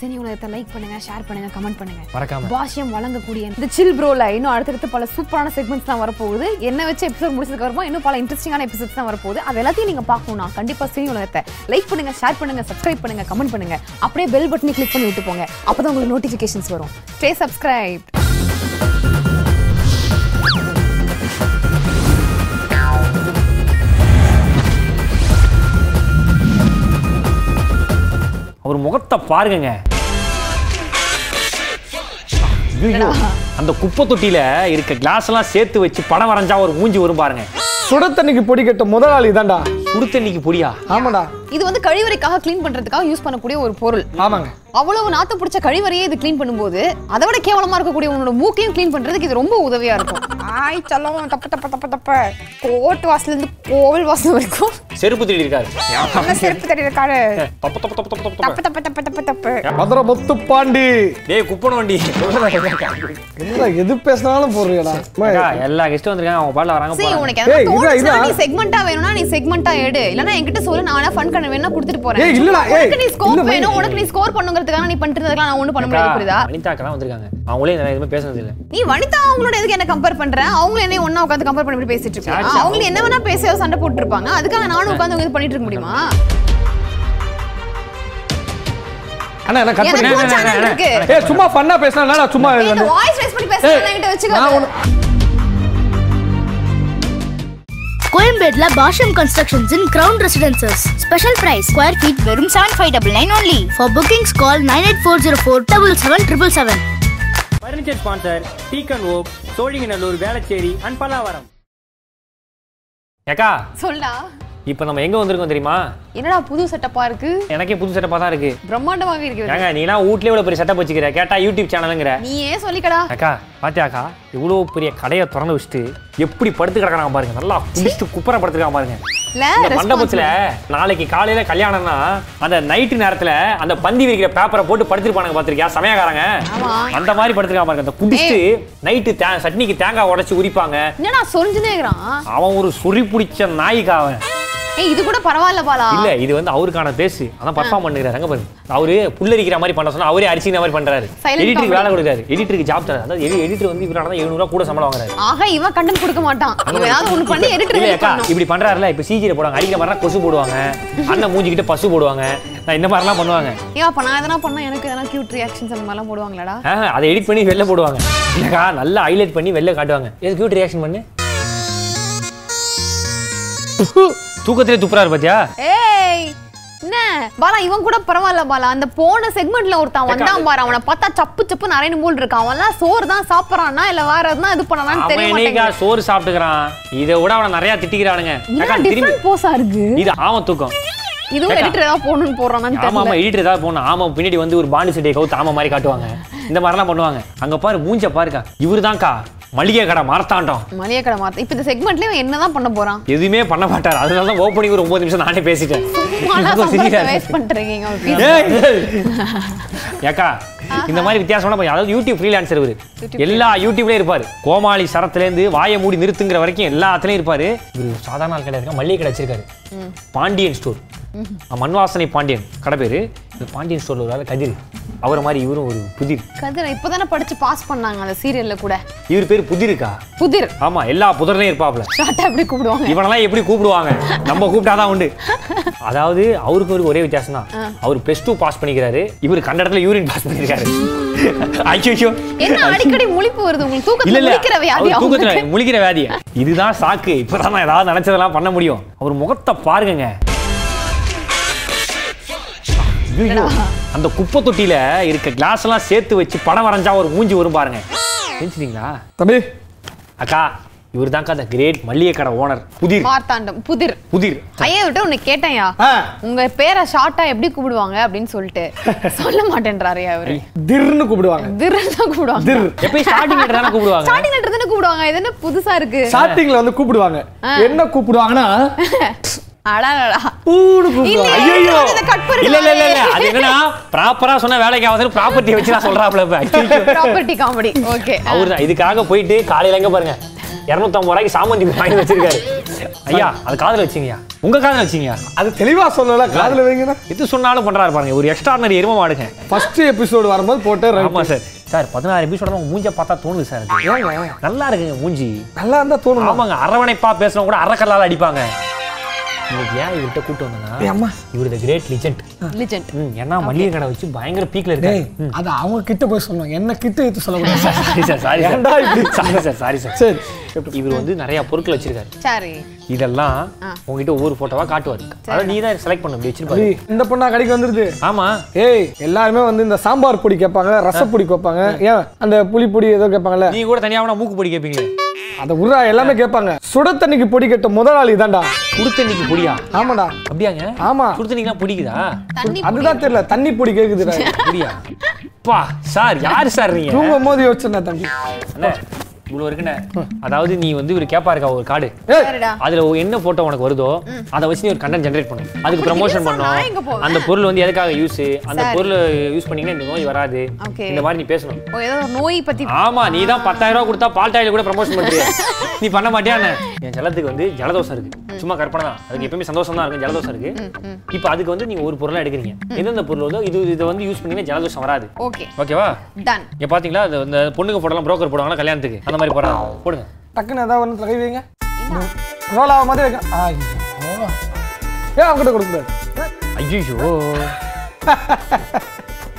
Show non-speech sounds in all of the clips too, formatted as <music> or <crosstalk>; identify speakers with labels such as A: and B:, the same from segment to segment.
A: சரி உலகத்தை லைக் பண்ணுங்க ஷேர் பண்ணுங்க கமெண்ட் பண்ணுங்க
B: மறக்காம.
A: பாஷ்யம் வழங்கக்கூடிய இந்த சில் ப்ரோல இன்னும் அடுத்தடுத்து பல சூப்பரான செக்மெண்ட்ஸ் தான் வரப்போகுது என்ன வச்சு எபிசோட் முடிச்சதுக்கு அப்புறமா இன்னும் பல இன்ட்ரெஸ்டிங்கான எபிசோட்ஸ் தான் வரப்போகுது அது எல்லாத்தையும் நீங்க பார்க்கணும்னா கண்டிப்பா சினி உலகத்தை லைக் பண்ணுங்க ஷேர் பண்ணுங்க சப்ஸ்கிரைப் பண்ணுங்க கமெண்ட் பண்ணுங்க அப்படியே பெல் பட்டனை கிளிக் பண்ணி விட்டு போங்க அப்பதான் உங்களுக்கு நோட்டிபிகேஷன்ஸ் வரும் ஸ்டே சப்ஸ்கிரைப்
B: அவர் முகத்தை பாருங்கங்க ஐயையோ, அந்த குப்பை தொட்டியில இருக்க கிளாஸ் எல்லாம் சேர்த்து வச்சு படம் வரைஞ்சா ஒரு மூஞ்சி வரும் பாருங்க
C: சுட தண்ணிக்கு பொடி கட்ட முதலாளி தான்டா
B: சுடுத்தண்ணிக்கு பொடியா
C: ஆமாடா
A: இது வந்து கழிவறைக்காக க்ளீன் பண்றதுக்காக யூஸ் பண்ணக்கூடிய ஒரு பொருள்
C: ஆமாங்க
A: அவ்வளவு நாத்தம் பிடிச்ச கழிவறையே இது க்ளீன் பண்ணும்போது அதை விட கேவலமா இருக்கக்கூடிய உன்னோட மூக்கையும் க்ளீன் பண்றதுக்கு இது ரொம்ப உதவியா இருக்கும் ஆய் சல்லம் தப்பு தப்பு தப்பு தப்பு கோர்ட் வாசல்ல இருந்து கோவில் வாசல் வரைக்கும்
B: செருப்பு தேடி இருக்காரு
A: நல்லா செருப்பு தடி இருக்காரு
B: தப்பு தப்பு தப்பு தப்பு தப்பு தப்பு.
A: தப்பு தப்பு தப்பு தப்பு தப்பு
C: மதுரை முத்து பாண்டி
B: டேய் குப்பன வண்டி
C: என்ன எது பேசினாலும் போடுறியடா
B: அக்கா, எல்லா கெஸ்டும் வந்திருக்காங்க அவங்க பாடல வராங்க
A: சரி
B: போறாங்க.
A: உனக்கு
C: ஏய்,
A: எதாவது
C: இதா,
A: தோணுச்சுன்னா
C: இதா.
A: நீ செக்மெண்டா வேணும்னா நீ செக்மெண்டா எடு இல்லனா என்கிட்ட சொல்லு நானா ஃபன் பண்ண வேணா கொடுத்துட்டு போறேன்
C: ஏய், இல்லடா, ஏய்,
A: உனக்கு நீ ஸ்கோர்
C: இல்ல, மை.
A: வேணும் உனக்கு நீ ஸ்கோர் பண்ணுங்கிறதுக்காக நீ பண்ணிட்டு இருந்ததெல்லாம் நான் ஒண்ணும் பண்ண முடியாது புரியுதா
B: அக்கா, வனிதா அக்கெல்லாம் வந்திருக்காங்க அவங்களே இதெல்லாம் எதுவுமே பேசுனது இல்ல
A: நீ வனிதா அவங்களோட எதுக்கு என்ன கம்பேர் பண்ற அவங்களும் என்ன ஒண்ணா உட்காந்து கம்பேர் பண்ணி இப்படி பேசிட்டு இருக்காங்க
B: சாச்சா.
A: அவங்க என்ன வேணா பேசி சண்டை போட்டு இருப்பாங்க அதுக்காக நானும் உட்காந்து இது பண்ணிட்டு இருக்க முடியுமா
C: அண்ணா என்ன கட்
A: எனக்கு
C: பண்ணி
B: பண்ணு.
A: ஒரு சேனல்
B: அண்ணே,
A: இருக்கு
B: அண்ணே,
C: ஏ சும்மா பண்ணா பேசினா சும்மா
A: நீ இந்த
C: வந்து-
A: வாய்ஸ் ரைஸ் பண்ணி பேசுறது என்கிட்ட
C: நான்
A: வச்சுக்கோ
C: ஒண்ணு-
D: கோயம்பேட்ல Bhashyam constructions in ground residences special price square feet வெறும் seven five double nine only for bookings call nine eight four zero four double seven triple seven
E: furniture sponsor டீக்கன் ஓக் சோழிங்கநல்லூர் வேளச்சேரி அண்ட் பல்லாவரம்
B: ஏக்கா
A: சொல்டா
B: இப்போ நம்ம எங்க வந்திருக்கோம் தெரியுமா
A: என்னடா புது செட்டப்பா இருக்கு
B: எனக்கே புது செட்டப்பா தான் இருக்கு
A: பிரம்மாண்டமாவே இருக்குது
B: ஏங்க நீலாம் வீட்லயே இவ்வளவு பெரிய செட்டப் வச்சுக்கிற கேட்டா யூடியூப் சேனலுங்கிற
A: நீ ஏன் சொல்லிக்கடா
B: அக்கா பாத்தியாக்கா இவ்வளோ பெரிய கடையை திறந்து வச்சுட்டு எப்படி படுத்து கிடக்குறாங்க பாருங்க நல்லா குடிச்சிட்டு குப்பரை படுத்துருக்காங்க பாருங்க
A: இல்ல
B: இந்த மண்டபத்துல
A: ரெஸ்பான்ஸ்ல
B: நாளைக்கு காலையில கல்யாணம்னா அந்த நைட்டு நேரத்துல அந்த பந்தி விரிக்கிற பேப்பரை போட்டு படுத்திருப்பானுங்க பாத்திருக்கியா சமயக்காரங்க
A: ஆமா.
B: அந்த மாதிரி படுத்திருக்காங்க பாருங்க அந்த குடிச்சிட்டு நைட்டு தே சட்னிக்கு தேங்காய் உடைச்சு உரிப்பாங்க
A: என்னடா சொரிஞ்சுனே இருக்கிறான்
B: அவன் ஒரு சுரி பிடிச்ச நாய்க்கா அவன்
A: ஏய் இது கூட பரவாயில்ல பாலா
B: இல்ல இது வந்து அவருக்கான பேசு அதான் பர்ஃபார்ம் பண்ணுகிறாரு அங்க பாருங்க அவரு புல்லரிக்கிற மாதிரி பண்ண சொன்னா அவரே அரிசிக்கிற மாதிரி பண்றாரு
A: Silent
B: எடிட்டருக்கு
A: comedy.
B: வேலை கொடுக்குறாரு எடிட்டருக்கு ஜாப் தராரு அதாவது எடிட்டர் வந்து இவரான தான் எழுநூறுவா கூட சம்பளம் வாங்குறாரு
A: ஆக இவன் கண்டென்ட் கொடுக்க மாட்டான் இவன் ஏதாவது ஒண்ணு பண்ணி எடிட்டர்
B: இல்ல
A: வேலை
B: அக்கா,
A: பண்ணும்
B: இப்படி பண்றாருல இப்ப சீஜில போடுவாங்க அடிக்கிற மாதிரி கொசு போடுவாங்க அண்ணன் மூஞ்சிக்கிட்ட பசு போடுவாங்க நான் இந்த மாதிரிலாம் பண்ணுவாங்க
A: ஏன் அப்ப நான் எதனா பண்ணா எனக்கு எதனா கியூட் ரியாக்ஷன்ஸ் அந்த மாதிரிலாம் போடுவாங்களாடா
B: ஆஹ், அதை எடிட் பண்ணி வெளில போடுவாங்க இல்லக்கா நல்லா ஹைலைட் பண்ணி வெளில காட்டுவாங்க எது கியூட் ரியாக்ஷன் பண்ணு தூக்கத்திலே துப்புறாரு பாத்தியா
A: ஏய் என்ன பாலா இவன் கூட பரவாயில்ல பாலா அந்த போன செக்மெண்ட்ல ஒருத்தன் வந்தான் பாரு அவனை பார்த்தா சப்பு சப்பு நிறைய மூல் இருக்கான் அவன்லாம் சோறு தான் சாப்பிடறானா இல்ல வேற எதுனா இது பண்ணானான்னு தெரிய
B: அவன் என்னைக்கா
A: மாட்டேங்குது
B: சோறு சாப்பிட்டுக்கிறான் இதை விட அவனை நிறைய திட்டிக்கிறானுங்க அக்கா,
A: என்ன
B: திரும்பி
A: டிஃபரண்ட் போஸா இருக்கு
B: இது ஆமா தூக்கம்
A: இதுவும்
B: ஏக்கா.
A: எடிட்டர் ஏதாவது போடணும்னு போறானான்னு
B: ஆமா ஆமா
A: தெரியல
B: எடிட்டர் ஏதாவது போகணும் ஆமா பின்னாடி வந்து ஒரு பாண்டி சட்டையை கவுத்து ஆமா மாதிரி காட்டுவாங்க இந்த மாதிரிலாம் பண்ணுவாங்க அங்க பாரு மூஞ்ச பாருக்கா இவருதான்க்கா மளிகை கடை மரத்தாண்டம்
A: மளிகை கடை மாத்த இப்ப இந்த செக்மெண்ட்ல இவன் என்னதான் பண்ண போறான்
B: எதுவுமே பண்ண மாட்டார் அதனால தான் ஓப்பனிங் ஒரு ஒன்பது நிமிஷம் நானே பேசிட்டேன் எனக்கு ஒரு சிரியா
A: வேஸ்ட்
B: இருக்கு.
A: பண்றீங்க
B: ஏய், ஏய். <laughs> ஏக்கா இந்த மாதிரி வித்தியாசமான பையன் அதாவது யூடியூப் ஃப்ரீலான்சர் இவரு எல்லா யூடியூப்லயும் இருப்பாரு கோமாளி சரத்துலேருந்து வாயை மூடி நிறுத்துங்கிற வரைக்கும் எல்லாத்துலயும் இருப்பாரு இவரு சாதாரண ஆள் கிடையாது மல்லிகை கடை வச்சிருக்காரு பாண்டியன் ஸ்டோர் மண்வாசனை பாண்டியன் கடை பேரு இந்த பாண்டியன் ஸ்டோர்ல ஒரு ஆள் கதிர் அவரை மாதிரி இவரும் ஒரு புதிர்
A: கதிர இப்பதானே படிச்சு பாஸ் பண்ணாங்க அந்த சீரியல்ல கூட
B: இவர் பேர் புதிருக்கா
A: புதிர்
B: ஆமா எல்லா புதர்லையும் இருப்பாப்ல
A: ஷார்ட்டா எப்படி கூப்பிடுவாங்க
B: இவனெல்லாம் எப்படி கூப்பிடுவாங்க நம்ம கூப்பிட்டாதான் உண்டு அதாவது அவருக்கு ஒரு ஒரே வித்தியாசம் தான் அவர் பிளஸ் டூ பாஸ் பண்ணிக்கிறாரு இவர் கண்ட இடத்துல யூரின் பாஸ் பண்ணிருக்காரு ஐயோ
A: என்ன அடிக்கடி முழிப்பு வருது உங்களுக்கு
B: இல்ல
A: தூக்கத்துல முழிக்கிற
B: இல்ல
A: வியாதி
B: அவர்
A: அவங்களுக்கு.
B: தூக்கத்துல முழிக்கிற வியாதி இதுதான் சாக்கு இப்பதான் நான் ஏதாவது நினைச்சதெல்லாம் பண்ண முடியும் அவர் முகத்தை பாருங்கங்க ஐயையோ, அந்த குப்பை தொட்டியில இருக்க கிளாஸ் எல்லாம் சேர்த்து வச்சு படம் வரைஞ்சா ஒரு மூஞ்சி வரும் பாருங்க நினைச்சிட்டீங்களா
C: தம்பி
B: அக்கா இவர் அந்த கிரேட் மல்லிகை கடை ஓனர் புதிர்
A: மார்த்தாண்டம் புதிர்
B: புதிர்
A: ஐயா விட்டு உன்னை கேட்டேன்யா
C: ஆ.
A: உங்க பேரை ஷார்ட்டா எப்படி கூப்பிடுவாங்க அப்படின்னு சொல்லிட்டு சொல்ல மாட்டேன்றாரு அவரு
C: திர்னு கூப்பிடுவாங்க
A: திர்னு தான் கூப்பிடுவாங்க
C: திர்
B: எப்பயும் ஸ்டார்டிங் லெட்டர் தானே கூப்பிடுவாங்க
A: ஸ்டார்டிங் லெட்டர் தானே கூப்பிடுவாங்க இது என்ன புதுசா இருக்கு
C: ஸ்டார்டிங்ல வந்து கூப்பிடுவாங்க என்ன கூப்பிடுவாங்கன்னா
A: அடாடா
C: பூனு
A: இல்ல.
C: கூப்பிடுவாங்க
B: ஐயையோ.
A: இதை cut பண்ணுங்க.
B: இல்ல இல்ல இல்ல இல்ல அது என்னன்னா ப்ராப்பரா சொன்னா வேலைக்கு ஆகாதுன்னு ப்ராப்பர்ட்டி வச்சு நான் சொல்றாப்ல இப்ப ஐயையோ.
A: ப்ராப்பர்ட்டி காமெடி ஓகே
B: அவரு இதுக்காக போயிட்டு காலையில எங்க பாருங்க இரநூத்தம்பது ரூபாய்க்கு சாமந்தி பூ வாங்கி வச்சிருக்காரு ஐயா அது காதுல வச்சிங்கயா உங்க காதுல வச்சிங்கயா
C: அது தெளிவா சொல்லல காதுல வைங்கண்ணா
B: எது சொன்னாலும் பண்றாரு பாருங்க ஒரு எக்ஸ்ட்ரானரி எரும மாடுங்க
C: ஃபர்ஸ்ட் எபிசோடு வரும்போது போட்டு
B: ஆமா சார் சார் பதினாறு எபிசோட உங்க மூஞ்ச பார்த்தா தோணுது சார் எனக்கு.
C: ஏங்க
B: நல்லா இருக்குங்க மூஞ்சி
C: நல்லா இருந்தா தோணுமா
B: ஆமாங்க அரவணைப்பா பேசினா கூட அறக்கல்லால அடிப்பாங்க இன்னைக்கு ஏன் இவர்கிட்ட கூட்டு
C: ஏய்,
B: வந்தேன்னா
C: அம்மா.
B: இவர் த கிரேட் லிஜெண்ட்
A: லிஜெண்ட்
B: ம் ஏன்னா மளிகை கடை வச்சு பயங்கர பீக்ல <laughs>
C: டேய்
B: இருக்காரு ம்.
C: அது அவங்க கிட்ட போய் சொல்லணும் என்ன கிட்ட எடுத்து சொல்லக்கூடாது
B: சாரி சார் சாரி சார்
C: ஏன்டா இப்படி?
B: சாரி சார் சாரி சார்
C: சரி
B: இவர் வந்து நிறைய பொருட்கள் வச்சிருக்காரு
A: சரி
B: இதெல்லாம்
A: ஆ.
B: உங்ககிட்ட ஒவ்வொரு போட்டோவா காட்டுவாரு அதாவது நீ தான் செலக்ட் பண்ண அப்படி
C: அது
B: வச்சிருப்பாரு
C: இந்த பொண்ணா கடைக்கு வந்துருது
B: ஆமா
C: ஏய் எல்லாருமே வந்து இந்த சாம்பார் பொடி கேட்பாங்க ரசப்பொடி கேட்பாங்க ஏன் அந்த புளி பொடி ஏதோ கேட்பாங்கல்ல
B: நீ கூட தனியா வேணா மூக்கு பொடி கேப்பீங்களே
C: அதை உருடா எல்லாமே கேட்பாங்க சுட தண்ணிக்கு பொடி கட்ட முதல் ஆள் இதான்டா
B: குடுத்தண்ணிக்கு பொடியா
C: ஆமாடா
B: அப்படியாங்க
C: ஆமா.
B: குடுத்தண்ணிக்கெல்லாம் பிடிக்குதா
A: தண்ணி
C: அதுதான் தெரியல தண்ணி பொடி
A: <laughs>
C: கேக்குதுடா
B: பொடியா பா சார் யார் சார் நீங்க
C: தூங்கும் போது யோசிச்சேன் தம்பி
B: அண்ணே, இவ்வளவு இருக்குண்ணே அதாவது நீ வந்து இவர் கேப்பா இருக்கா ஒரு கார்டு
C: ஏய்
A: சரிடா
B: அதுல உ- என்ன போட்டோ உனக்கு வருதோ அதை வச்சு நீ ஒரு கண்டென்ட் ஜெனரேட் பண்ணு அதுக்கு ப்ரமோஷன்
A: அப்படி சொன்னா எங்க
B: பண்ணும்
A: போவேன்?
B: அந்த பொருள் வந்து எதுக்காக யூஸ் அந்த
A: சரி.
B: பொருள் யூஸ் பண்ணீங்கன்னா இந்த நோய் வராது
A: Okay.
B: இந்த மாதிரி நீ பேசணும்
A: ஓ ஏதோ ஒரு நோய் பத்தி
B: ஆமா நீ தான் பத்தாயிரம் ரூபாய் கொடுத்தா பால் டாயில் கூட ப்ரமோஷன்
A: <laughs>
B: பண்றியா நீ பண்ண மாட்டியான்னு என் ஜலத்துக்கு வந்து ஜலதோஷம் இருக்கு சும்மா கற்பனை தான் அதுக்கு எப்பவுமே சந்தோஷம் தான் இருக்கும் ஜலதோஷம் இருக்கு இப்போ அதுக்கு வந்து நீங்க ஒரு பொருளா எடுக்கிறீங்க எந்தெந்த பொருள் வந்து இது இதை வந்து யூஸ் பண்ணீங்கன்னா ஜலதோஷம் வராது
A: ஓகே
B: ஓகேவா
A: டன்
B: இங்க பாத்தீங்களா அது இந்த பொண்ணுங்க போடலாம் புரோக்கர் போடுவாங்களா கல்யாணத்துக்கு அந்த மாதிரி போடுறாங்க போடுங்க
C: டக்குன்னு ஏதாவது ஒன்று கை வைங்க ரோல் ஆக மாதிரி வைக்க ஐயோ. ஏன் அவங்ககிட்ட கொடுக்கூடாது
B: ஐயோ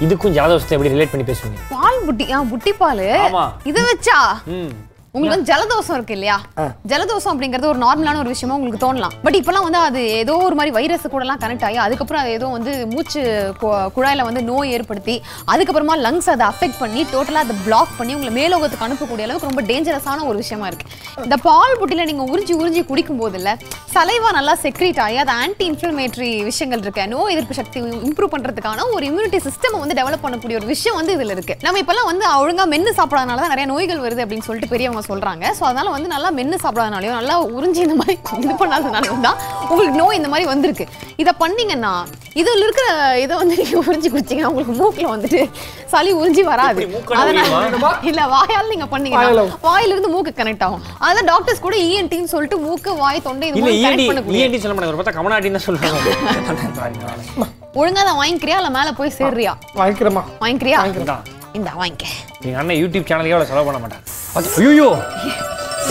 B: இதுக்கும் ஜலதோஷத்தை எப்படி ரிலேட் பண்ணி பேசுவீங்க
A: பால் புட்டி ஆ புட்டி பால்
B: ஆமா.
A: இதை வச்சா
B: ம்
A: உங்களுக்கு வந்து ஜலதோஷம் இருக்கு இல்லையா ஜலதோஷம் அப்படிங்கிறது ஒரு நார்மலான ஒரு விஷயமா உங்களுக்கு தோணலாம் பட் இப்பெல்லாம் வந்து அது ஏதோ ஒரு மாதிரி வைரஸ் கூடலாம் கனெக்ட் ஆகி அதுக்கப்புறம் அது ஏதோ வந்து மூச்சு கு- குழாயில வந்து நோய் ஏற்படுத்தி அதுக்கப்புறமா லங்ஸ் அதை அஃபெக்ட் பண்ணி டோட்டலா அதை பிளாக் பண்ணி உங்களை மேலோகத்துக்கு அனுப்பக்கூடிய அளவுக்கு ரொம்ப டேஞ்சரஸான ஒரு விஷயமா இருக்கு இந்த பால் புட்டில நீங்க உறிஞ்சி உறிஞ்சி குடிக்கும் போது இல்ல சலைவா நல்லா செக்ரீட் ஆகி அது ஆன்டி இன்ஃப்ளமேட்டரி விஷயங்கள் இருக்கு நோய் எதிர்ப்பு சக்தி இம்ப்ரூவ் பண்றதுக்கான ஒரு இம்யூனிட்டி சிஸ்டம் வந்து டெவலப் பண்ணக்கூடிய ஒரு விஷயம் வந்து இதுல இருக்கு நம்ம இப்பெல்லாம் வந்து ஒழுங்கா மென்னு சாப்பிடாதனால தான் நிறைய நோய்கள் வருது அப்படின்னு சொல்லிட்டு பெரியவங்க சொல்றாங்க ஸோ அதனால வந்து நல்லா மென்னு சாப்பிடாதனாலையும் நல்லா உறிஞ்சி இந்த மாதிரி <laughs> இது பண்ணாதனாலும் தான் உங்களுக்கு நோய் இந்த மாதிரி வந்திருக்கு இதை பண்ணீங்கன்னா இதுல இருக்கிற இதை வந்து நீங்க உறிஞ்சி குடிச்சீங்கன்னா உங்களுக்கு மூக்குல வந்துட்டு சளி உறிஞ்சி வராது
B: இப்படி மூக்கால
A: அதனால இல்ல வாயால் நீங்க பண்ணீங்கன்னா
C: வாயால.
A: வாயில இருந்து மூக்கு கனெக்ட் ஆகும் அதான் டாக்டர்ஸ் கூட E இஎன்டின்னு சொல்லிட்டு மூக்கு வாய் தொண்டை இது
B: இல்ல
A: மூணு
B: E இஎன்டி
A: கனெக்ட் பண்ணக்கூடிய
B: இஎன்டி சொல்ல மாட்டாங்க பார்த்தா கமனாட்டின்னு தான் சொல்றாங்க
A: ஒழுங்கா அதை வாங்கிக்கிறியா இல்ல மேல போய் சேர்றியா
C: வாங்கிக்கிறமா
A: வாங்கிக்கிறியா
B: தான்.
A: இந்த வாங்கிக்க
B: எங்க அண்ணன் யூடியூப் சேனலுக்கே அவ்வளவு செலவு பண்ண மாட்டான் பாத்து- ஐயோ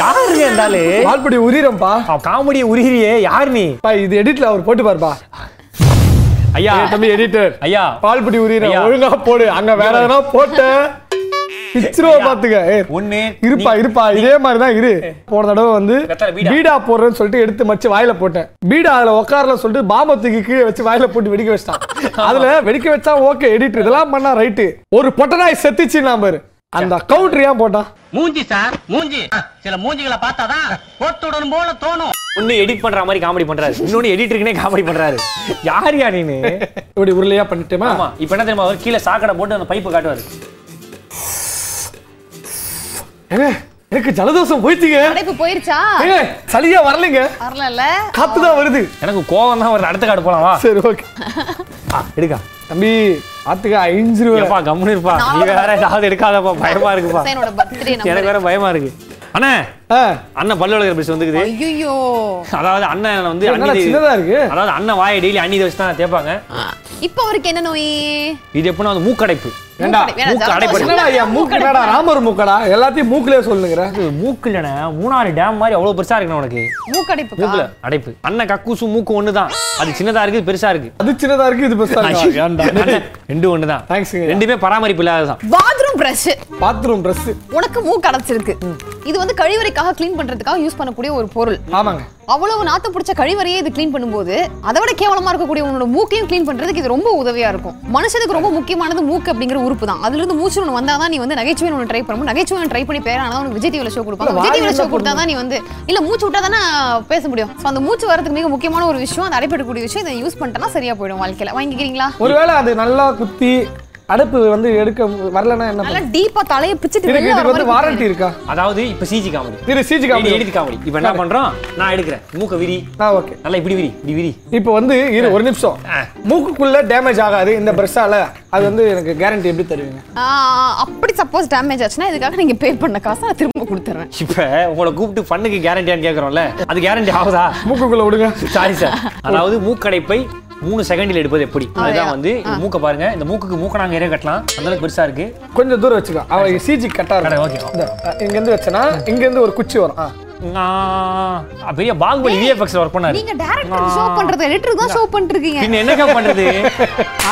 B: யாருங்க இருந்தாலே
C: பால்படி உரியறம்பா
B: காமெடியை உருகிரியே யார் நீ
C: பா இது எடிட்ல அவர் போட்டு பாருப்பா
B: ஐயா
C: தம்பி எடிட்டர்
B: ஐயா
C: பால்படி உரியற
B: ஐயா.
C: ஒழுங்கா போடு அங்க வேற எதனா போட்ட பிச்சிரோ
B: ஐயா.
C: பாத்துக்க ஏய்,
B: ஒண்ணு
C: இருப்பா
B: நீ-
C: இருப்பா இதே மாதிரி தான் இரு போன தடவை வந்து
B: வெத்தலை பீடா.
C: பீடா போடுறேன்னு சொல்லிட்டு எடுத்து மச்சு வாயில போட்டேன் பீடா அதுல உட்காரல சொல்லிட்டு பாம்பை தூக்கி கீழே வச்சு வாயில போட்டு வெடிக்க வச்சிட்டான் அதுல வெடிக்க வச்சா ஓகே எடிட் இதெல்லாம் பண்ணா ரைட்டு ஒரு பொட்டநாய் செத்துச்சு நான் பாரு அந்த கவுண்டர் ஏன் போட்டான்
F: மூஞ்சி சார் மூஞ்சி சில மூஞ்சிகளை பார்த்தாதான் போட்டுடணும் போல தோணும்
B: ஒண்ணு எடிட் பண்ற மாதிரி காமெடி பண்றாரு இன்னொன்னு எடிட்டருக்குனே காமெடி பண்றாரு யாருயா நீனு
C: இப்படி உருளையா பண்ணிட்டேமா
B: ஆமா இப்ப என்ன தெரியுமா அவர் கீழே சாக்கடை போட்டு அந்த பைப்பு காட்டுவாரு
C: ஏங்க, எனக்கு ஜலதோஷம் போயிடுச்சுங்க
A: அடைப்பு போயிருச்சா
C: ஏங்க, சளியா வரலைங்க
A: வரல
C: காத்து தான் வருது
B: எனக்கு கோவம் தான் வருது அடுத்த காடு போலாம் வா
C: சரி ஓகே
B: ஆ, எடுக்கா
C: தம்பி ஆத்துக்கு ஐஞ்சிருவேன்
B: ஏப்பா கம்முன்னு இருப்பா நீ வேற ஏதாவது எடுக்காதப்பா பயமா இருக்குப்பா
A: என்னோட பர்த்டே
B: எனக்கு
A: நம்பர்
B: வேற பயமா இருக்கு அண்ணே அண்ணன் பல்லுலகர் பஸ் வந்துக்குது
A: ஐயோ
B: அதாவது அண்ணன் வந்து
C: என்னடா
B: அண்ணி-
C: சின்னதா இருக்கு?
B: அதாவது அண்ணன் வாயை டெய்லி அண்ணி வச்சு தான் தேய்ப்பாங்க
A: இப்போ அவருக்கு என்ன நோய்
B: இது எப்படின்னா வந்து மூக்கடைப்பு
C: ஏண்டா,
A: மூக்கடை- வேணா,
B: மூக்கு
A: ஜலதோஷம்
B: அடைப்பு.
A: இல்ல,
C: என்னடா ஐயா மூக்கு
A: மூக்கடை.
C: என்னடா ராமர் மூக்கடா எல்லாத்தையும் மூக்குலயே சொல்லுங்கிற
B: மூக்கு இல்லைண்ணே மூணாறு டேம் மாதிரி அவ்வளவு பெருசா இருக்கு உனக்கு
A: மூக்கடைப்புக்கா?
B: மூக்குல அடைப்பு அண்ணன் கக்கூசு மூக்கு ஒண்ணுதான் அது சின்னதா இருக்கு இது பெருசா இருக்கு
C: அது சின்னதா இருக்கு இது பெருசா இருக்கு
B: அண்ணே, ரெண்டும் ஒண்ணுதான்
C: தேங்க்ஸுங்க.
B: ரெண்டுமே பராமரிப்பு இல்லாததான்
A: பாத்ரூம் பிரஷ்
C: பாத்ரூம் ட்ரெஸ்
A: உனக்கு மூக்கு அடைச்சிருக்கு இது வந்து கழிவறைக்காக க்ளீன் பண்றதுக்காக யூஸ் பண்ணக்கூடிய ஒரு பொருள்
C: ஆமாங்க
A: அவ்வளவு நாத்தம் பிடிச்ச கழிவறையே இது க்ளீன் பண்ணும்போது அதை விட கேவலமா இருக்கக்கூடிய உன்னோட மூக்கையும் க்ளீன் பண்றதுக்கு இது ரொம்ப உதவியா இருக்கும் மனுஷனுக்கு ரொம்ப முக்கியமானது மூக்கு அப்படிங்கிற உறுப்பு தான் அதுல இருந்து மூச்சு ஒன்று வந்தா தான் நீ வந்து நகைச்சுவை ஒன்று ட்ரை பண்ணும் நகைச்சுவை ஒன்று ட்ரை பண்ணி பேரானா உனக்கு விஜய் டிவில ஷோ கொடுப்பாங்க
C: இல்ல,
A: விஜய் டிவில
C: வாயில
A: ஷோ கொடுத்தா தான் நீ வந்து இல்ல மூச்சு விட்டா தானே பேச முடியும் ஸோ அந்த மூச்சு வரதுக்கு மிக முக்கியமான ஒரு விஷயம் அந்த அடைப்படக்கூடிய விஷயம் இதை யூஸ் பண்ணிட்டா சரியா போயிடும் வாழ்க்கையில வாங்கிக்கிறீங்களா
C: ஒருவேளை அது நல்லா குத்தி அடைப்பு வந்து எடுக்க வரலன்னா என்ன
A: நல்லா டீப்பா தலையை பிச்சுட்டு
C: இதுக்கு
A: வெளில வர
C: இதுக்கு
A: மாதிரி
C: வந்து வாரண்டி
A: கொடுக்கணும்.
C: இருக்கா
B: அதாவது இப்ப சிஜி காமெடி
C: இது சிஜி
B: நீ
C: காமெடி
B: எழுதி காமெடி இப்ப என்ன பண்றோம் நான் எடுக்கிறேன் மூக்க விரி
C: ஆ ஓகே
B: நல்லா இப்படி விரி இப்படி விரி
C: இப்போ வந்து இரு ஒரு நிமிஷம் மூக்குக்குள்ள டேமேஜ் ஆகாது இந்த பிரஷால அது வந்து எனக்கு கேரண்டி எப்படி தருவீங்க
A: ஆ, ஆ, அப்படி சப்போஸ் டேமேஜ் ஆச்சுன்னா இதுக்காக நீங்க பே பண்ண காசை நான் திரும்ப கொடுத்துறேன்
B: இப்ப உங்களை கூப்பிட்டு பண்ணுக்கு கேரண்டியான்னு கேக்குறோம்ல அது கேரண்டி ஆகுதா
C: மூக்குக்குள்ள விடுங்க
B: சாரி சார் அதாவது மூக்கடைப்பை மூணு செகண்டில் எடுப்பது எப்படி அதுதான் வந்து இந்த மூக்க பாருங்க இந்த மூக்குக்கு மூக்க நாங்க ஏரியா கட்டலாம் அந்த அளவுக்கு பெருசா இருக்கு
C: கொஞ்சம் தூரம் வச்சுக்கோ அவன் சிஜி கட்டா
B: கரெக்ட், ஓகே.
C: இருக்கும் இந்த, இங்க இருந்து வச்சனா இங்க இருந்து ஒரு குச்சி வரும் ஆ.
B: நான் பெரிய பாகுபலி விஎஃப்எக்ஸ்ல ஒர்க் பண்ணாரு
A: நீங்க டைரக்டர் ஷோ பண்றது எடிட்டருக்கு தான் ஷோ பண்ணிட்டு இருக்கீங்க
B: பின்ன என்னக்கா பண்றது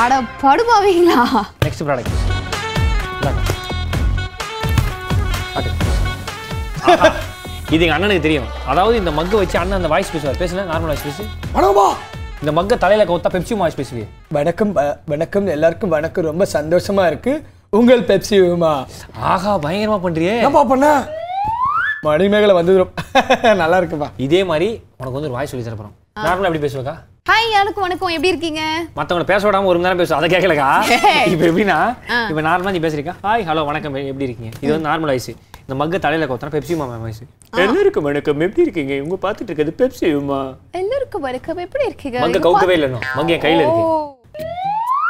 A: அட படுபாவீங்களா
B: நெக்ஸ்ட் ப்ராடக்ட் இது எங்க அண்ணனுக்கு தெரியும் அதாவது இந்த மக்க வச்சு அண்ணன் அந்த வாய்ஸ் பேசுவார் பேசல நார்மல் வாய்ஸ் பேசு
C: வணக்கம்பா
B: இந்த மக்க தலையில கவுத்தா பெப்சி வாய்ஸ் பேசுவே
C: வணக்கம் வ- வணக்கம் எல்லாருக்கும் வணக்கம் ரொம்ப சந்தோஷமா இருக்கு உங்கள் பெப்சி விமா
B: ஆகா பயங்கரமா பண்றியே
C: என்னப்பா பண்ண மணிமேகலை வந்துடும் <laughs> நல்லா இருக்குப்பா
B: இதே மாதிரி உனக்கு வந்து ஒரு வாய்ஸ் சொல்லி தரப்போறோம் நார்மலா எப்படி பேசுவக்கா
A: ஹாய் எனக்கு வணக்கம் எப்படி இருக்கீங்க
B: மத்தவங்கள பேச விடாம ஒரு மணி நேரம் பேசுவோம் அதை கேட்கலக்கா
A: Hey.
B: இப்போ எப்படின்னா இப்போ நார்மலா நீ பேசுறீங்க ஹாய் ஹலோ வணக்கம் எப்படி இருக்கீங்க இது வந்து நார்மல் வாய்ஸ் இந்த மக்க தலையில கவுத்தா பெப்சி மாமா வாய்ஸ் எல்லாருக்கும் வணக்கம் எப்படி இருக்கீங்க இவங்க பார்த்துட்டு இருக்கிறது பெப்சி மாமா
A: எல்லாருக்கும் வணக்கம் எப்படி இருக்கீங்க
B: மங்க கவுக்கவே இல்லைனோ மங்க என் கையில இருக்கு
A: ஓ.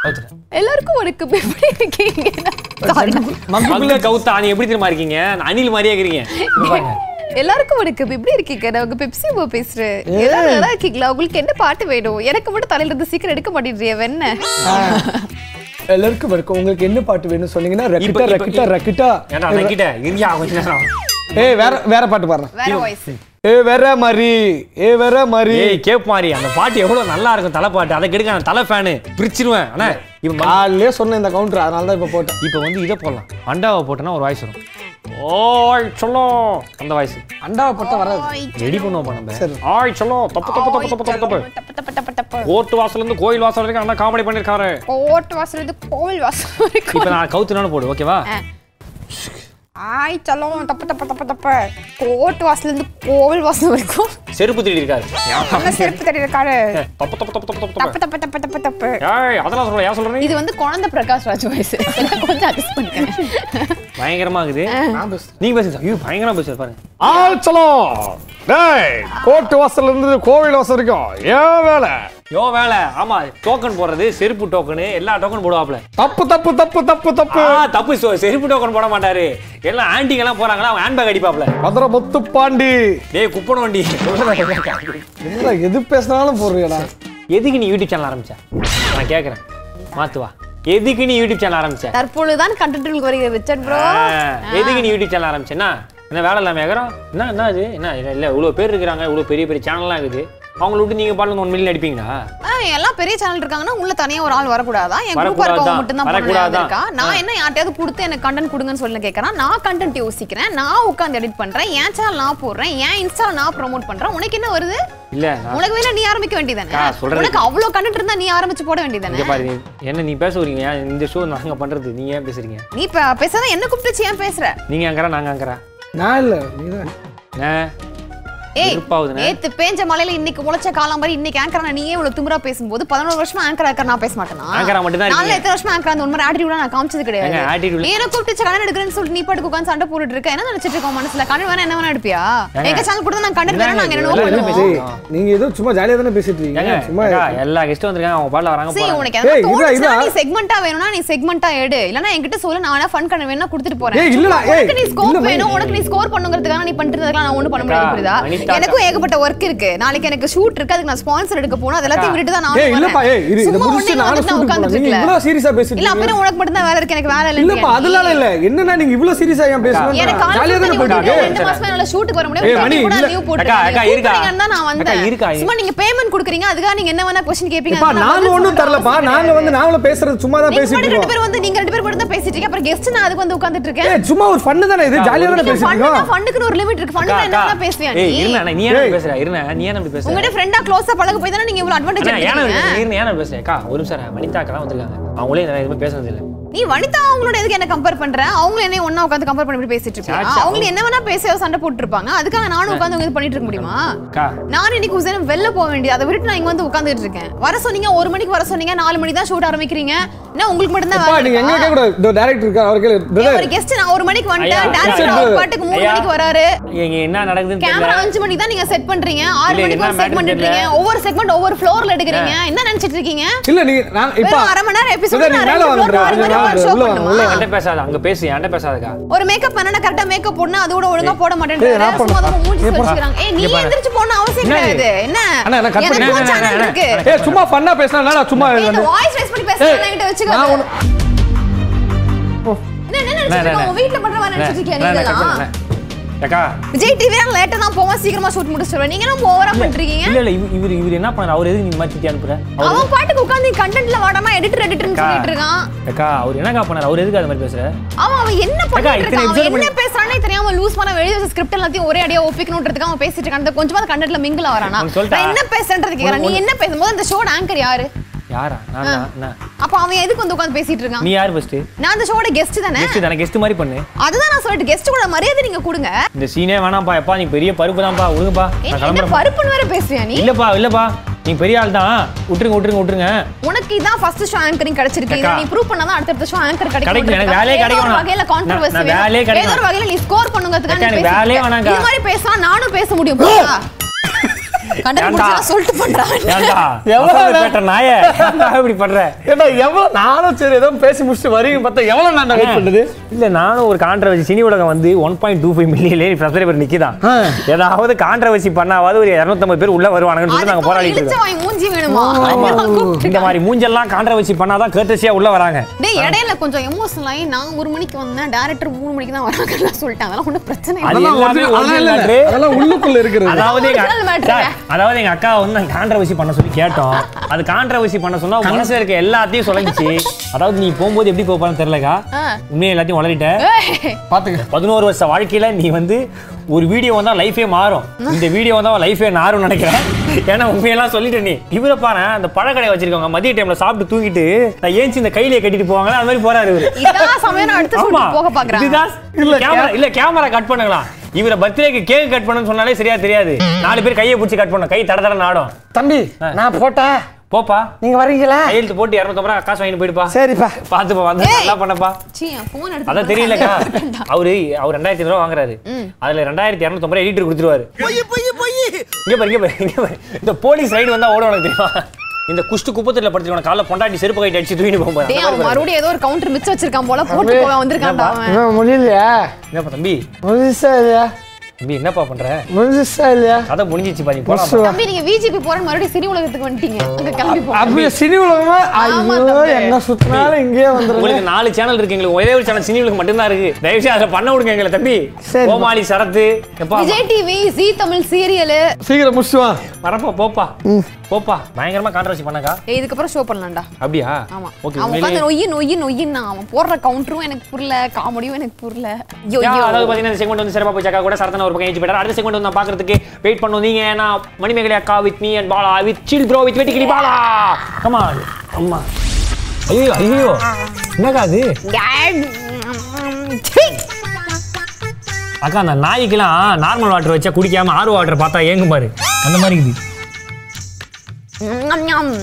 B: கவுத்துட்டேன்.
A: எல்லாருக்கும் வணக்கம் எப்படி இருக்கீங்க Sorry.
B: மங்க கவுத்தா நீ எப்படி தெரியுமா இருக்கீங்க நான் அணில் மாதிரியே இருக்கிறீங்க இங்க பாருங்க.
A: எல்லாருக்கும் வணக்கம் எப்படி இருக்கீங்க நான் உங்க பெப்சி போ பேசுறேன் எல்லாரும் நல்லா இருக்கீங்களா உங்களுக்கு என்ன பாட்டு வேணும் எனக்கு மட்டும் தலையில இருந்து சீக்கிரம் எடுக்க மாட்டேங்கிறிய வெண்ண
C: எல்லாருக்கும் வணக்கம் உங்களுக்கு என்ன பாட்டு வேணும் சொன்னீங்கன்னா ரக்கிட்டா
B: இப்ப-
C: ரக்கிட்டா ரக்கிட்டா
B: ஏன்னா நக்கிட்டேன் இருந்தியா கொஞ்ச நேரம்
C: ஏய் வேற வேற பாட்டு பாடுறேன்
A: வேற வாய்ஸ்
C: ஏ வேற மாதிரி ஏ வேற மாதிரி
B: ஏய் கேப் மாதிரி அந்த பாட்டு எவ்வளவு நல்லா இருக்கும் தலை பாட்டு அதை கெடுக்க நான் தலை ஃபேனு பிரிச்சிருவேன் ஆனா இப்ப ம-
C: காலையிலே சொன்னேன் இந்த கவுண்டர் அதனால தான் இப்போ போட்டேன்
B: இப்ப வந்து இதை போடலாம் அண்டாவை போட்டோன்னா ஒரு வாய்ஸ் வரும் ஓய் சொல்லோ அந்த வாய்ஸ்
C: அண்டாவை போட்டா வராது
B: ரெடி பண்ணுவோம் நம்ம
C: சரி.
B: ஆய் சொல்லோ தப்பு தப்பு தப்பு தப்பு தப்பு தப்பு
A: டப்பு டப்பு டப்பு டப்பு
B: கோர்ட் வாசல்ல இருந்து கோயில் வாசல் வரைக்கும் அண்ணா காமெடி பண்ணிருக்காரு
A: கோட்டு வாசல் இருந்து கோவில் வாசல் வரைக்கும்
B: இப்ப நான் கவுத்துனாலும் போடு ஓகேவா
A: ஆய் சலம் டப்பு டப்பு டப்பு டப்பு கோட்டு வாசல் இருந்து கோவில் வாசல் வரைக்கும்
B: செருப்பு திருடி இருக்காரு
A: நல்லா செருப்பு தடி இருக்காரு
B: தப்பு தப்பு தப்பு தப்பு தப்பு
A: டப்பு டப்பு டப்பு டப்பு டப்பு
B: ஏய் அதெல்லாம் சொல்ற ஏன் சொல்ற நீ
A: இது வந்து குழந்தை பிரகாஷ் ராஜ் வாய்ஸ் கொஞ்சம் அட்ஜஸ்ட் பண்ணிக்கிறேன்
B: பயங்கரமா இருக்குது நீங்க பேசுங்க ஐயோ பயங்கரமா பேசுற பாருங்க
C: ஆள் சலம் டேய் கோர்ட் வாசல்ல இருந்து கோவில் வாசல் வரைக்கும் ஏன் வேலை
B: யோ வேலை ஆமா டோக்கன் போடுறது செருப்பு டோக்கனு எல்லா டோக்கன் போடுவாப்ல
C: தப்பு தப்பு தப்பு தப்பு
B: ஆ
C: தப்பு
B: தப்பு so, செருப்பு டோக்கன் போட மாட்டாரு எல்லாம் ஆன்டிங்க எல்லாம் போறாங்களா அவன் ஹேண்ட்பேக் அடிப்பாப்ல
C: மதுரை முத்து பாண்டி
B: டேய் குப்பன வண்டி
C: என்னடா எது பேசினாலும் போடுறியடா
B: எதுக்கு நீ யூடியூப் சேனல் ஆரம்பிச்ச நான் கேக்குறேன் மாத்துவா எதுக்கு நீ யூடியூப் சேனல் ஆரம்பிச்ச
A: தற்பொழுதுதான் கண்டுட்டு வருகிற ரிச்சர்ட் ப்ரோ
B: ஆ, எதுக்கு நீ யூடியூப் சேனல் ஆரம்பிச்சேன்னா என்ன வேலை இல்லாம கேக்குறோம் என்ன என்ன இது என்ன இல்ல, இல்ல இவ்வளவு பேர் இருக்கிறாங்க இவ்வளவு பெரிய பெரிய சேனல்லாம் இருக்குது அவங்கள விட்டு நீங்க பாட்டு ஒன் மில்லியன் அடிப்பீங்களா
A: எல்லாம் பெரிய சேனல் இருக்காங்கன்னா உள்ள தனியா ஒரு ஆள் வரக்கூடாதா என் குரூப்பா
B: வரக்கூடாதா?
A: இருக்கவங்க மட்டும் தான்
B: வரக்கூடாதா?
A: இருக்கா நான் என்ன யார்ட்டையாவது கொடுத்து எனக்கு கண்டென்ட் கொடுங்கன்னு சொல்லி கேட்கறேன் நான் கண்டென்ட் யோசிக்கிறேன் நான் உட்காந்து எடிட் பண்றேன் என் சேனல் நான் போடுறேன் என் இன்ஸ்டால நான் ப்ரோமோட் பண்றேன் உனக்கு என்ன வருது
B: இல்ல நான்
A: உனக்கு வேணா நீ ஆரம்பிக்க வேண்டியதானே
B: அக்கா, சொல்றது-
A: உனக்கு அவ்வளவு கண்டென்ட் இருந்தா நீ ஆரம்பிச்சு போட வேண்டியதானே
B: இங்க பாரு நீ- என்ன நீ பேச வரீங்க ஏன் இந்த ஷோ நாங்க பண்றது நீங்க ஏன் பேசுறீங்க
A: நீ இப்ப பேசாத என்ன கூப்பிட்டு ஏன் பேசுற
B: நீங்க அங்கறா நாங்க அங்கறா
C: நான் இல்ல நீதான்
B: ஆ,
A: ஏய்
B: வெறுப்பாவுதுண்ணே.
A: நேத்து பேஞ்ச மலையில இன்னைக்கு முளைச்ச காலம் மாதிரி இன்னைக்கு ஆங்கரா நீயே இவ்வளவு திமிரா பேசும்போது பதினோரு வருஷமா ஆங்கரா இருக்கிற நான் பேச மாட்டேனா
B: anchor-ஆ மட்டும்தான்
A: நான்லாம்
B: இருக்கீங்க.
A: எத்தனை வருஷமா ஆங்கரா அந்த உண்மை ஆட்டிடியூடா நான் காமிச்சது கிடையாது
B: ஏங்க, attitude
A: நீ என்ன கூப்பிட்டு கடன் எடுக்கிறேன்னு சொல்லிட்டு நீ பாட்டுக்கு உட்காந்து சண்டை போட்டுட்டு இருக்க என்ன நினைச்சிட்டு இருக்கோம் மனசுல கடன் வேணா என்ன வேணா எடுப்பியா
B: ஏங்க.
A: எங்க சேனல் கூட நான் கடன் வேணா
B: என்னங்க
A: நாங்க
B: இது?
A: என்னவோ
B: இல்ல, இல்ல,
A: பண்ணுவோம்
C: டேய், நீங்க ஏதோ சும்மா ஜாலியா தானே பேசிட்டு
B: ஏங்க,
C: இருக்கீங்க சும்மா
B: அக்கா, எல்லா கெஸ்டும் வந்திருக்காங்க அவங்க பாடல வராங்க
A: சரி
B: போறாங்க.
A: உனக்கு எதனா
C: ஏய், இதா,
A: தோணுச்சுன்னா
C: இதா.
A: நீ செக்மெண்டா வேணும்னா நீ செக்மெண்டா எடு இல்லனா என்கிட்ட சொல்லு நான் வேணா ஃபன் கடன் வேணா கொடுத்துட்டு போறேன்
C: ஏய், இல்லடா, ஏய்,
A: உனக்கு நீ ஸ்கோப்
C: இல்ல,
A: வேணும் உனக்கு நீ ஸ்கோர் பண்ணுங்கிறதுக்காக நீ பண்ணிட்டு இருக்கறதுக்காக நான் ஒண்ணு பண்ண முடியாது
B: அக்கா,
A: புரியுதா
B: அனிதா
A: எனக்கும் ஏகப்பட்ட ஒர்க் இருக்கு நாளைக்கு எனக்கு ஷூட் இருக்கு அதுக்கு நான் ஸ்பான்சர் எடுக்க போணும் அதெல்லாம் விட்டுட்டு தான்
C: ஏய்
A: நான்
C: இல்லப்பா ஏய் இது இத
A: சும்மா
C: முடிச்சு
A: ஒண்ணே
C: நானும்
A: வந்து நான்
C: ஷூட்
A: உட்கார்ந்துட்டு
C: நீங்க
A: இருக்கல.
C: இவ்வளவு சீரியஸா பேசிட்டு
A: இல்ல
C: இருக்கீங்க
A: அப்புறம் உனக்கு மட்டும் தான் வேலை இருக்கு எனக்கு வேலை இல்ல
C: இல்லப்பா அதனால இல்ல என்னன்னா நீங்க இவ்வளவு சீரியஸா ஏன் பேசுறீங்க
A: எனக்கு
C: ஜாலியா
A: காலேஜ்
C: தானே
A: நீங்க
C: போயிட்டு
A: ஒரு
C: இருக்கு
A: ரெண்டு மாசமா என்னால ஷூட்டுக்கு வர
C: ஏய், மணி,
A: முடியாது கூட லீவ்
C: இல்ல.
B: அக்கா, அக்கா, இருக்கா?
A: போட்டுருக்கீங்க தான் நான்
B: அக்கா,
A: வந்தேன்
B: இருக்கா?
A: சும்மா நீங்க பேமெண்ட் கொடுக்குறீங்க அதுக்காக நீங்க என்ன வேணா கொஸ்டின் கேப்பீங்க
C: இப்பா
A: அதுக்கு நான்
C: நாங்க
A: பதில்
C: ஒண்ணும்
A: சொல்ற
C: தரலப்பா
A: அவசியம்
C: நாங்க
A: கிடையாது.
C: வந்து நாங்களும் பேசுறது சும்மா தான்
A: நீங்க
C: பேசிட்டு
A: மட்டும் ரெண்டு
C: இருக்கோம்
A: பேரும் வந்து நீங்க ரெண்டு பேர் மட்டும் தான் பேசிட்டு இருக்கீங்க அப்புறம் கெஸ்ட் நான் அதுக்கு வந்து உட்கார்ந்துட்டு இருக்கேன்
C: ஏய் சும்மா ஒரு ஃபன்னு தானே இது ஜாலியா தானே பேசிட்டு
A: ஃபன்னா
C: இருக்கோம்
A: ஃபன்னுக்கு ஒரு லிமிட் இருக்கு
B: அக்கா,
A: ஃபன்னா என்ன
B: அக்கா.
A: வேணா பேசுவியா
B: ஏய்,
A: நீ
B: இருண்ணா, நீ ஏன்
C: ஏய்.
B: பேசுற இருண்ணா, நீ ஏன் அப்படி பேசுற
A: உங்ககிட்ட ஃப்ரெண்டா க்ளோஸா பழக போய் தானே நீங்க இவ்வளவு அட்வான்டேஜ்
B: அண்ணா, ஏன் அப்படி
A: எடுத்துக்கிறீங்க
B: பேசுற? இருண்ணா, ஏன் அப்படி பேசுற? அக்கா, ஒரு நிமிஷம் இரு, வனிதா அக்கா எல்லாம் வந்திருக்காங்க அவங்களே நான் எதுவுமே பேசுறது இல்லை
A: நீ வனிதா அவங்களோட எதுக்கு என்ன கம்பேர் பண்ற அவங்க என்ன ஒண்ணா உட்காந்து கம்பேர் பண்ணி இப்படி பேசிட்டு இருப்பாங்க
B: சாச்சா.
A: அவங்க என்ன வேணா பேசி சண்டை போட்டு இருப்பாங்க அதுக்காக நானும் உட்காந்து உங்க இது பண்ணிட்டு இருக்க முடியுமா
B: அக்கா
A: நான் இன்னைக்கு உசேன் வெளில போக வேண்டியது அதை விட்டு நான் இங்க வந்து உட்காந்துட்டு இருக்கேன் வர சொன்னீங்க ஒரு மணிக்கு வர சொன்னீங்க நாலு மணி தான் ஷூட் ஆரம்பிக்கிறீங்க என்ன உங்களுக்கு மட்டும் தான்
C: அப்பா நீங்க எங்க கேட்க கூடாது இந்த டேரக்டர் இருக்கார் அவர் கேளு
A: ஒரு
C: பிரதர்
A: கெஸ்ட் நான் ஒரு மணிக்கு வந்துட்டேன்
B: ஐயா,
A: டேரக்டர்
C: ஐயா.
A: அவர் பாட்டுக்கு மூணு
B: ஐயா.
A: மணிக்கு வராரு
B: இங்க என்ன நடக்குதுன்னு
A: கேமரா
B: தெரியல
A: அஞ்சு மணிக்கு தான் நீங்க செட் பண்றீங்க ஆறு
B: இல்ல,
A: மணிக்கு ஒரு
B: என்ன
A: செட்
B: matter
A: பண்ணிட்டு இருக்கீங்க
B: தெரியல.
A: ஒவ்வொரு செக்மெண்ட் ஒவ்வொரு ஃப்ளோர்ல எடுக்கிறீங்க என்ன நினைச்சிட்டு இருக்கீங்க
C: இல்ல நீங்க நான் இப்ப
A: வெறும் அரை மணி நேரம் எபிசோட்
C: பிரதர், நீங்க மேல வாங்க
A: ஒரு
C: பிரதர்,
A: மணி
C: நீங்க
A: நேரம்
C: வாங்க,
A: ஷோ
C: உள்ள வாங்க,
A: பண்ணுமா
C: உள்ள
B: என்கிட்ட பேசாத அங்க பேசு என்கிட்ட பேசாதக்கா
A: ஒரு மேக்கப் பண்ணனா கரெக்டா மேக்கப் போடணும் அது கூட ஒழுங்கா போட
C: ஏய், நான்
A: மாட்டேன்றாரு சும்மா
C: பண்ண-
A: தான் மூஞ்சி
C: ஏய், போடா.
A: வச்சுக்கிறாங்க ஏய் நீ
B: இங்க பாரு.
A: எந்திரிச்சு போன அவசியம்
B: என்னது?
A: கிடையாது என்ன
C: அண்ணா, நான் cut
A: எனக்கு
C: பண்ணி-
A: ஒரு
B: அண்ணா,
A: channel
B: அண்ணா,
A: இருக்கு
B: அண்ணா,
C: ஏ சும்மா பண்ணா பேசினா நான் சும்மா
A: ஏய், இந்த வாய்ஸ் ரைஸ் பண்ணி பேசுறது
C: ஏய்,
A: என்கிட்ட
C: நான்
A: வச்சுக்காத
C: ஒண்ணு- ஓ.
A: என்ன என்ன நினைச்சிட்டு
B: அண்ணா,
A: இருக்க உன் வீட்ல பண்ற மாதிரி நினைச்சிட்டு இருக்கியா நீ இதெல்லாம்
B: ஏக்கா
A: விஜய் டிவி லேட்டா தான் போவோம் சீக்கிரமா ஷூட் முடிச்சிடுவேன் நீங்க என்ன ஓவரா பண்ணிட்டு இருக்கீங்க
B: இல்ல இல்ல இவ- இவரு இவரு என்ன பண்றாரு அவர் எதுக்கு நீங்க மாத்தி அனுப்புற அவர்
A: அவன் பாட்டுக்கு உட்கார்ந்து கண்டென்ட்ல வாடாம எடிட்டர் எடிட்டர்னு
B: அக்கா.
A: சொல்லிட்டு இருக்கான்
B: ஏக்கா அவர் என்னக்கா பண்ணாரு அவர் எதுக்கு அது மாதிரி பேசுற
A: அவன் அவன் என்ன பண்ணிட்டு
B: இத்தனை
A: இருக்கான் அவன்
B: episode
A: என்ன பேசுறானே தெரியாம லூஸ் பண்ண வெளிய வச்ச ஸ்கிரிப்ட் எல்லாத்தையும் ஒரே அடியா ஒப்பிக்கணும்ன்றதுக்கு அவன் பேசிட்டு இருக்கான் கொஞ்சமா அந்த கண்டென்ட்ல மிங்கிள் ஆவறானா
B: உனக்கு சொல்லிட்டா?
A: நான் என்ன பேசுறேன்றது கேக்குறான் நீ
B: உனக்கு-
A: என்ன பேசும்போது அந்த ஷோட ஆங்கர் யாரு
B: யாரா நான் நான், நான்
A: அப்ப அவன் எதுக்கு வந்து உட்கார்ந்து பேசிட்டு இருக்கான்
B: நீ யார் ஃபர்ஸ்ட்
A: நான் அந்த ஷோட கெஸ்ட் தானே
B: கெஸ்ட் தானே கெஸ்ட் மாதிரி பண்ணு
A: அதுதான் நான் சொல்லிட்டு கெஸ்ட் கூட மரியாதை நீங்க கொடுங்க
B: இந்த சீனே வேணாம்ப்பா எப்பா நீ பெரிய பருப்பு தான்ப்பா விடுங்கப்பா
A: ஏய்,
B: நான்
A: என்ன
B: கிளம்புறேன்
A: பருப்புன்னு வேற பேசுறியா நீ
B: இல்லப்பா இல்லப்பா நீ பெரிய ஆள் தான் விட்டுருங்க விட்டுருங்க விட்டுருங்க
A: உனக்கு இதான் ஃபர்ஸ்ட் ஷோ ஆங்கரிங் கிடைச்சிருக்கு இதை
B: அக்கா.
A: நீ ப்ரூவ் பண்ணாதான் அடுத்தடுத்த ஷோ ஆங்கர்
B: கிடைக்கும்.
A: கிடைக்கும்
B: எனக்கு வேலையே
A: ஏதோ ஒரு
B: கிடைக்கும் நான்.
A: வகையில கான்ட்ரோவர்சி
B: நான் வேலையே
A: வேணும் ஏதோ ஒரு
B: கிடைக்கும்.
A: வகையில நீ ஸ்கோர் பண்ணுங்கிறதுக்காக
B: அக்கா,
A: நீ
B: எனக்கு
A: பேசிட்டு
B: வேலையே
A: இருக்க.
B: வேணாம்க்கா.
A: இது மாதிரி பேசினா நானும் பேச முடியும் புரியுதா? கண்டென்ட்
B: ஏன்டா?
A: முடிச்சா சொல்லிட்டு பண்றான்
B: ஏன்டா
C: எவ்வளவு
B: எவ்வளவு
C: நேரம்?
B: பேட்டர் நாய ஏன்டா இப்படி பண்ற
C: ஏன்னா எவ்வளவு நானும் சரி ஏதோ பேசி முடிச்சுட்டு வரீங்க பார்த்தா எவ்வளவு நான் வெயிட் பண்ணது
B: இல்ல நானும் ஒரு கான்ட்ரவர்சி சினி உலகம் வந்து one point two five million subscriber நிக்கிதான் ஏதாவது கான்ட்ரவர்சி பண்ணாவது ஒரு இரநூத்தம்பது பேர் உள்ள வருவானுங்கன்னு சொல்லி நாங்க
A: அதுக்கு
B: போராடிட்டு
A: இழுச்ச
B: இருக்கோம்
A: வாய் மூஞ்சி வேணுமா
B: ஆமா.
A: அதெல்லாம் கூப்பிட்டு
B: இந்த மாதிரி மூஞ்செல்லாம் கான்ட்ரவர்சி பண்ணாதான் கர்டசியா உள்ள வராங்க
A: டேய் இடையில கொஞ்சம் எமோஷனல் ஆகி நான் ஒரு மணிக்கு வந்தேன் டேரக்டர் மூணு மணிக்கு தான் வராங்கன்னு சொல்லிட்டாங்க அதெல்லாம் ஒன்றும் பிரச்சனை இல்லை
B: அது
C: அதெல்லாம்
B: எல்லாமே
C: ஒரிஜினல்
B: ஒரிஜினல்
C: இல்ல,
B: மேட்ரு.
C: அதெல்லாம் உள்ளுக்குள்ள இருக்கிறது
B: அதாவது எங்க
A: Original matter.
B: சார், அதாவது எங்க அக்கா வந்து நாங்க கான்ட்ரவர்சி பண்ண சொல்லி கேட்டோம் அது கான்ட்ரவர்சி பண்ண சொன்னா உன் மனசுல இருக்க எல்லாத்தையும் சொல்லிச்சு அதாவது நீ போகும்போது எப்படி போப்பான்னு தெரியலக்கா
A: ஆ.
B: உண்மையை எல்லாத்தையும் வளரிட்ட
A: ஏய்,
C: பாத்துக்க
B: பதினோரு வருஷ வாழ்க்கையில நீ வந்து ஒரு வீடியோ வந்தா லைஃபே மாறும் இந்த வீடியோ வந்தா லைஃபே நாறும்னு நினைக்கிறேன் ஏன்னா உண்மையெல்லாம் சொல்லிட்டேன் நீ இவரை பாரு அந்த பழக்கடை வச்சிருக்கவங்க மதிய டைம்ல சாப்பிட்டு தூங்கிட்டு நான் ஏஞ்சி இந்த கையிலே கட்டிட்டு போவாங்களா அது மாதிரி போறாரு இவரு
A: இதான் சமயம் நான் அடுத்த
B: ஆமா
A: ஷூட் போக பாக்குறேன்
B: இதுதான்
C: இல்ல,
B: கேமரா இல்ல கேமரா கட் பண்ணுங்களா இவர பர்த்டேக்கு கேக் கட் பண்ணணும்னு சொன்னாலே சரியா தெரியாது நாலு பேர் கையை பிடிச்சி கட் பண்ணணும் கை தட தட நாடும்
G: தம்பி நான் போட்டேன்
B: போப்பா
G: நீங்க வர்றீங்களா
B: கையெழுத்து போட்டு 250 ரூபா காசு வாங்கிட்டு போயிடுப்பா
G: சரிப்பா
B: பாத்துப்பா வந்து நல்லா பண்ணப்பா
A: சீ போன் எடுத்து
B: அதான் தெரியலக்கா அவரு அவர் ரெண்டாயிரத்தி ரூபா வாங்குறாரு அதுல ரெண்டாயிரத்தி இரநூத்தம்பது ரூபா எடிட்டர் கொடுத்துருவாரு இங்க பாரு இங்க பாரு இங்க பாரு இந்த போலீஸ் ரைடு வந்தா ஓடும் உனக்கு தெரியுமா இந்த குஷ்டு குப்பத்துல படுத்துருவான காலைல பொண்டாட்டி செருப்பு கைட்டு அடிச்சு தூக்கிட்டு போகும்போது
A: டேய் அவன் மறுபடியும் ஏதோ ஒரு கவுண்டர் மிச்சம் வச்சிருக்கான் போல போட்டு போக வந்திருக்கான்டா அவன்
G: இன்னும் முடியலையா
B: என்னப்பா தம்பி
G: முடிஞ்சா இல்லையா
B: தம்பி என்னப்பா பண்ற
G: முடிஞ்சா இல்லையா
B: கதை முடிஞ்சிச்சு பாருங்க போலாம்
A: தம்பி நீங்க விஜிபி போறேன்னு மறுபடியும் சிறு உலகத்துக்கு வந்துட்டீங்க அங்க கிளம்பி போங்க
C: அப்படியே சினி உலகமா
A: ஆமா
C: ஐயோ
A: தம்பி.
C: என்ன சுத்தினாலும் இங்கேயே வந்துருங்க
B: உங்களுக்கு நாலு சேனல் இருக்கு எங்களுக்கு ஒரே ஒரு சேனல் சினிமலுக்கு மட்டும்தான் இருக்கு தயவு செய்து அதுல பண்ண விடுங்க எங்களை தம்பி
G: சரிப்பா.
B: கோமாளி சரத்து எப்பா
A: Vijay TV Zee Tamil serial
C: சீக்கிரம் முடிச்சுட்டு வா
B: வரப்பா போப்பா போப்பா பயங்கரமா கான்ட்ரவர்சி பண்ணக்கா
A: இதுக்கப்புறம் ஷோ பண்ணலாம்டா
B: அப்படியா
A: ஆமா
B: ஓகே
A: அவன் உட்காந்து நொய்யி நொய்யி நொய்யின்னா அவன் போடுற கவுண்டரும் எனக்கு புரியல காமெடியும் எனக்கு புரியல ஐயோ,
B: யா,
A: ஐயோ.
B: அதாவது பாத்தீங்கன்னா இந்த செக்மெண்ட் வந்து சிறப்பா போச்சு அக்கா கூட சரத்தன ஒரு பக்கம் ஏஞ்சி போயிட்டாரு அடுத்த செக்மெண்ட் வந்து நான் பாக்குறதுக்கு வெயிட் பண்ணும் நீங்க நான் மணிமேகலை அக்கா with me and Bala with chill bro with வெட்டிக்கிளி பாலா கமா அம்மா ஐயோ ஐயோ என்னக்கா அது
A: சீ.
B: அக்கா அந்த நாய்க்கெல்லாம் நார்மல் வாட்டர் வச்சா குடிக்காம ஆறு வாட்டர் பார்த்தா ஏங்கும் பாரு அந்த மாதிரி இருக்குது
A: ஞம், ஞம்.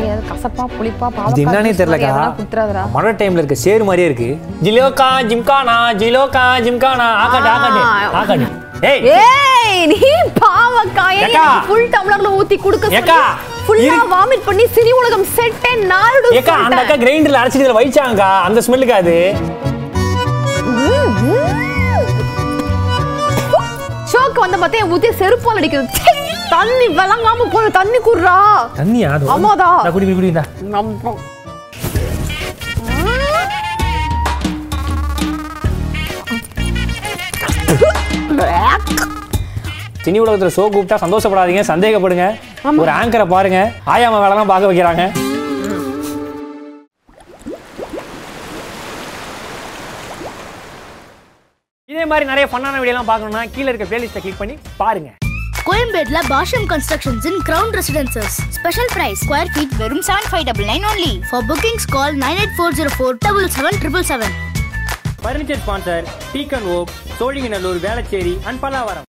A: ஏய், அது கசப்பா புளிப்பா
B: இது
A: பாவக்கா
B: என்னன்னே
A: juice மாதிரி
B: தெரியலக்கா
A: எதனா குத்துறாதடா
B: மழை டைம்ல இருக்க சேர் மாதிரியே இருக்கு ஜிலோக்கா ஜிம்கானா ஜிலோக்கா ஜிம்கானா ஆகாட்டு ஆகாட்டு
A: ஆ.
B: ஆகாட்டு ஏய்
A: ஏய் நீ பாவக்காயை
B: ஏக்கா.
A: ஃபுல் டம்ளர்ல ஊத்தி குடுக்க சொல்லி
B: ஏக்கா.
A: ஃபுல்லா
B: இரு-
A: வாமிட் பண்ணி சினி உலகம் செட்டே நாடு
B: ஏக்கா அந்த அக்கா கிரைண்டர்ல அரைச்சிட்டு இதுல வைச்சாங்கக்கா அந்த ஸ்மெல்லுக்கு அது
A: ஷோக்கு வந்த பார்த்தா என் ஊத்தி செருப்பால் அடிக்குது ச்சீ, தண்ணி விளங்காம போன தண்ணி குடுறா
B: தண்ணியா அது
A: ஆமாடா.
B: இந்தா குடி குடி குடிடா சினி உலகத்துல ஷோ கூப்பிட்டா சந்தோஷப்படாதீங்க சந்தேகப்படுங்க ஒரு ஆங்கரை பாருங்க ஆயாம வேலைலாம் பார்க்க வைக்கிறாங்க இதே மாதிரி நிறைய ஃபன்னான வீடியோலாம் பார்க்கணும்னா கீழே இருக்க பிளேலிஸ்ட்டை கிளிக் பண்ணி பாருங்க
D: கோயம்பேட்ல Bhashyam constructions in ground residences special price square feet வெறும் seven five double nine only for bookings call nine eight four zero four double seven triple seven
B: furniture sponsor டீக்கன் ஓப் சோழிங்கநல்லூர் வேளச்சேரி அண்ட் பல்லாவரம்